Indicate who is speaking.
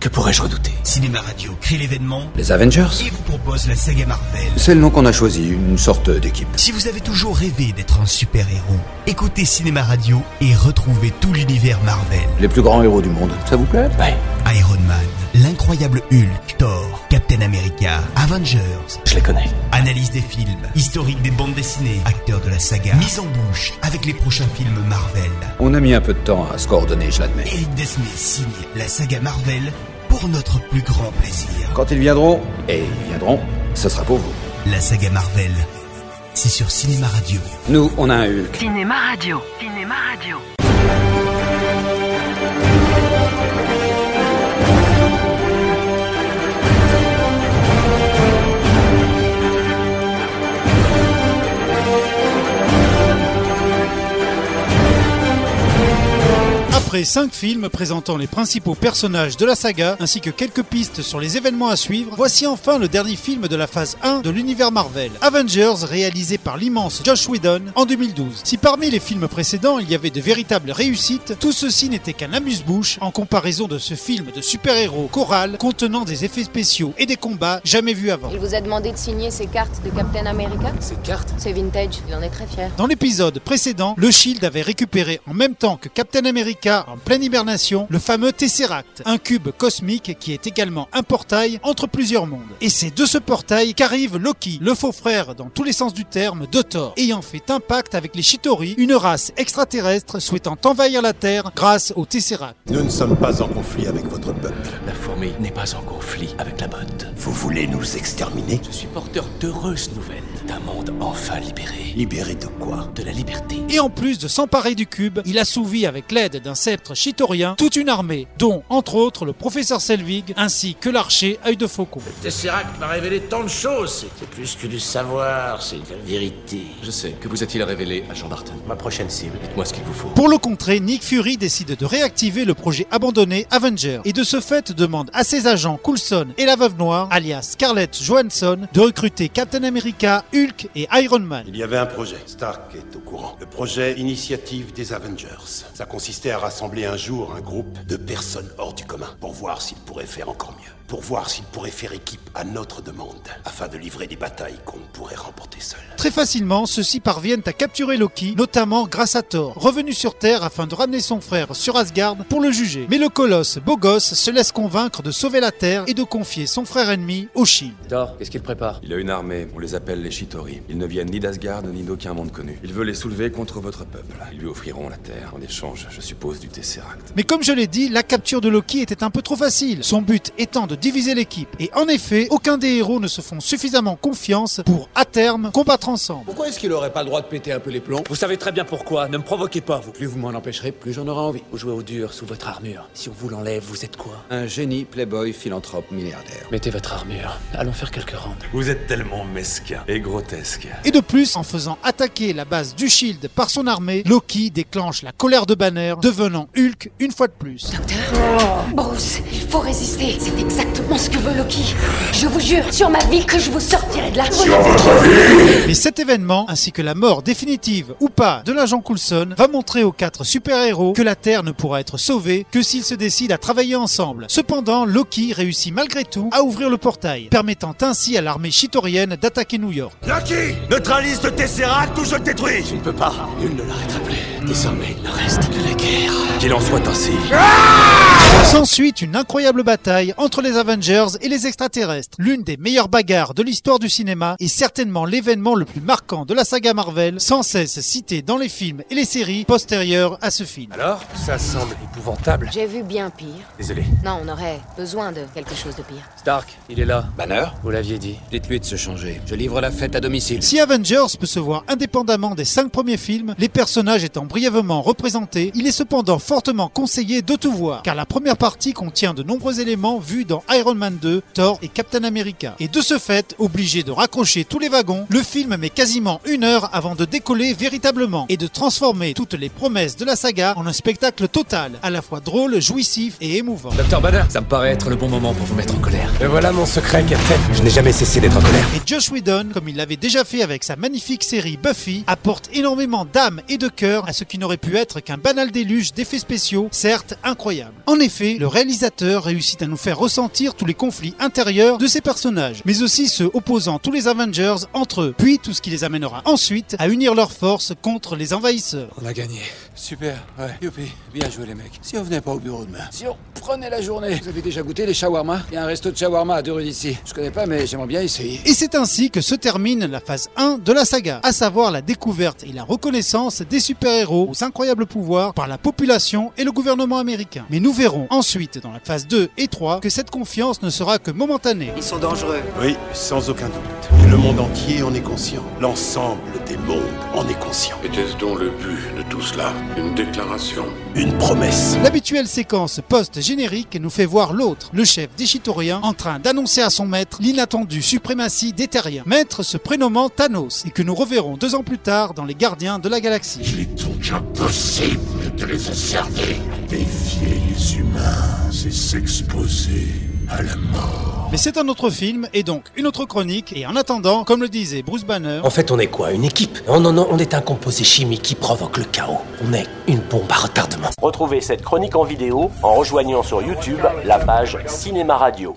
Speaker 1: Que pourrais-je redouter
Speaker 2: Cinéma Radio crée l'événement
Speaker 1: Les Avengers
Speaker 2: et vous propose la saga Marvel.
Speaker 1: C'est le nom qu'on a choisi, une sorte d'équipe.
Speaker 2: Si vous avez toujours rêvé d'être un super-héros, écoutez Cinéma Radio et retrouvez tout l'univers Marvel.
Speaker 1: Les plus grands héros du monde. Ça vous plaît Ouais.
Speaker 2: Iron Man, l'incroyable Hulk, Thor, Captain America, Avengers.
Speaker 1: Je les connais.
Speaker 2: Analyse des films, historique des bandes dessinées, acteurs de la saga, mise en bouche avec les prochains films Marvel.
Speaker 1: On a mis un peu de temps à se coordonner, je l'admets.
Speaker 2: Eric Desmé signe la saga Marvel pour notre plus grand plaisir.
Speaker 1: Quand ils viendront, et ils viendront, ce sera pour vous.
Speaker 2: La saga Marvel, c'est sur Cinéma Radio.
Speaker 1: Nous, on a un Hulk.
Speaker 3: Cinéma Radio. Cinéma Radio.
Speaker 4: Après cinq films présentant les principaux personnages de la saga ainsi que quelques pistes sur les événements à suivre, voici enfin le dernier film de la phase 1 de l'univers Marvel, Avengers, réalisé par l'immense Josh Whedon en 2012. Si parmi les films précédents il y avait de véritables réussites, tout ceci n'était qu'un amuse-bouche en comparaison de ce film de super-héros choral contenant des effets spéciaux et des combats jamais vus avant.
Speaker 5: Il vous a demandé de signer ces cartes de Captain America
Speaker 6: Ces cartes
Speaker 5: C'est vintage, il en est très fier.
Speaker 4: Dans l'épisode précédent, le Shield avait récupéré en même temps que Captain America en pleine hibernation le fameux Tesseract, un cube cosmique qui est également un portail entre plusieurs mondes. Et c'est de ce portail qu'arrive Loki, le faux frère dans tous les sens du terme de Thor, ayant fait un pacte avec les Shitori, une race extraterrestre souhaitant envahir la Terre grâce au Tesseract.
Speaker 7: Nous ne sommes pas en conflit avec votre peuple.
Speaker 8: La fourmi n'est pas en conflit avec la botte.
Speaker 7: Vous voulez nous exterminer
Speaker 8: Je suis porteur d'heureuses nouvelles, d'un monde enfin libéré.
Speaker 7: Libérés de quoi
Speaker 8: De la liberté.
Speaker 4: Et en plus de s'emparer du cube, il assouvit avec l'aide d'un sceptre chitorien toute une armée, dont entre autres le professeur Selvig ainsi que l'archer œil de faucon.
Speaker 9: Tesseract m'a révélé tant de choses. C'est- C'est plus que du savoir, c'est de la vérité.
Speaker 8: Je sais, que vous a-t-il révélé à Jean Barton
Speaker 9: Ma prochaine cible.
Speaker 8: Dites-moi ce qu'il vous faut.
Speaker 4: Pour le contrer, Nick Fury décide de réactiver le projet abandonné Avenger et de ce fait demande à ses agents Coulson et la veuve noire, alias Scarlett Johansson, de recruter Captain America, Hulk et Iron Man.
Speaker 7: Il y avait un projet. Stark est au courant. Le projet Initiative des Avengers. Ça consistait à rassembler un jour un groupe de personnes hors du commun pour voir s'ils pourraient faire encore mieux. Pour voir s'ils pourraient faire équipe à notre demande, afin de livrer des batailles qu'on ne pourrait remporter seuls.
Speaker 4: Très facilement, ceux-ci parviennent à capturer Loki, notamment grâce à Thor, revenu sur Terre afin de ramener son frère sur Asgard pour le juger. Mais le colosse, beau gosse, se laisse convaincre de sauver la Terre et de confier son frère ennemi au Shield.
Speaker 10: Thor, qu'est-ce qu'il prépare
Speaker 11: Il a une armée, on les appelle les Shitori. Ils ne viennent ni d'Asgard ni d'aucun monde connu. Il veut les soulever contre votre peuple. Ils lui offriront la terre en échange, je suppose, du Tesseract.
Speaker 4: Mais comme je l'ai dit, la capture de Loki était un peu trop facile, son but étant de diviser l'équipe. Et en effet, aucun des héros ne se font suffisamment confiance pour, à terme, combattre ensemble.
Speaker 6: Pourquoi est-ce qu'il aurait pas le droit de péter un peu les plombs
Speaker 10: Vous savez très bien pourquoi, ne me provoquez pas, vous. Plus vous m'en empêcherez, plus j'en aurai envie. Vous jouez au dur sous votre armure. Si on vous l'enlève, vous êtes quoi
Speaker 1: Un génie, playboy, philanthrope, milliardaire.
Speaker 10: Mettez votre armure. Allons faire quelques rondes.
Speaker 11: Vous êtes tellement mesquin et grotesque.
Speaker 4: Et de plus, en faisant attaquer la base du Shield par son armée, Loki déclenche la colère de Banner, devenant Hulk une fois de plus.
Speaker 12: Bruce, il faut résister. C'est exactement ce que veut Loki. Je vous jure, sur ma vie, que je vous sortirai de là.
Speaker 4: Mais cet événement, ainsi que la mort définitive ou pas de l'agent Coulson, va montrer aux quatre super-héros que la Terre ne pourra être sauvée que s'ils se décident à travailler ensemble. Cependant, Loki réussit malgré tout à ouvrir le portail, permettant ainsi à l'armée chitorienne d'attaquer New York.
Speaker 7: Lucky Neutralise le Tesseract ou je le détruis
Speaker 6: Tu ne peux pas. Nul ne l'arrêtera plus. Désormais, il ne reste que la guerre.
Speaker 11: Qu'il en soit ainsi.
Speaker 4: S'ensuit une incroyable bataille entre les Avengers et les extraterrestres, l'une des meilleures bagarres de l'histoire du cinéma et certainement l'événement le plus marquant de la saga Marvel, sans cesse cité dans les films et les séries postérieures à ce film.
Speaker 10: Alors Ça semble épouvantable.
Speaker 5: J'ai vu bien pire.
Speaker 10: Désolé.
Speaker 5: Non, on aurait besoin de quelque chose de pire.
Speaker 10: Stark, il est là.
Speaker 1: Banner
Speaker 10: Vous l'aviez dit.
Speaker 1: Dites-lui de se changer. Je livre la fête à domicile.
Speaker 4: Si Avengers peut se voir indépendamment des cinq premiers films, les personnages étant brièvement représentés, il est cependant fortement conseillé de tout voir, car la première partie contient de nombreux éléments vus dans Iron Man 2, Thor et Captain America. Et de ce fait, obligé de raccrocher tous les wagons, le film met quasiment une heure avant de décoller véritablement et de transformer toutes les promesses de la saga en un spectacle total, à la fois drôle, jouissif et émouvant.
Speaker 10: Docteur Banner, ça me paraît être le bon moment pour vous mettre en colère.
Speaker 6: Et voilà mon secret, Captain. Je n'ai jamais cessé d'être en colère.
Speaker 4: Et Josh Whedon, comme il l'avait déjà fait avec sa magnifique série Buffy, apporte énormément d'âme et de cœur à ce qui n'aurait pu être qu'un banal déluge d'effets spéciaux, certes incroyables. En effet, le réalisateur réussit à nous faire ressentir tous les conflits intérieurs de ces personnages, mais aussi ceux opposant tous les Avengers entre eux, puis tout ce qui les amènera ensuite à unir leurs forces contre les envahisseurs.
Speaker 13: On a gagné. Super, ouais. Youpi, bien joué les mecs. Si on venait pas au bureau demain.
Speaker 1: Si on prenait la journée, vous avez déjà goûté les shawarma Il y a un resto de shawarma à deux rues d'ici. Je connais pas, mais j'aimerais bien essayer.
Speaker 4: Et c'est ainsi que se termine la phase 1 de la saga, à savoir la découverte et la reconnaissance des super-héros aux incroyables pouvoirs par la population et le gouvernement américain. Mais nous verrons ensuite dans la phase 2 et 3 que cette confiance ne sera que momentanée.
Speaker 14: Ils sont dangereux.
Speaker 11: Oui, sans aucun doute. Et le monde entier en est conscient. L'ensemble des mondes en est conscient.
Speaker 2: Était-ce donc le but de tout cela Une déclaration
Speaker 11: Une promesse
Speaker 4: L'habituelle séquence post-générique nous fait voir l'autre, le chef des Chitoriens, en train d'annoncer à son maître l'inattendue suprématie des Terriens. Maître se prénommant Thanos, et que nous reverrons deux ans plus tard dans Les Gardiens de la Galaxie.
Speaker 2: Il est donc impossible de les observer. Défier les humains, c'est s'exposer à la mort.
Speaker 4: Mais c'est un autre film et donc une autre chronique. Et en attendant, comme le disait Bruce Banner,
Speaker 7: En fait, on est quoi Une équipe Non, non, non, on est un composé chimique qui provoque le chaos. On est une bombe à retardement.
Speaker 15: Retrouvez cette chronique en vidéo en rejoignant sur YouTube la page Cinéma Radio.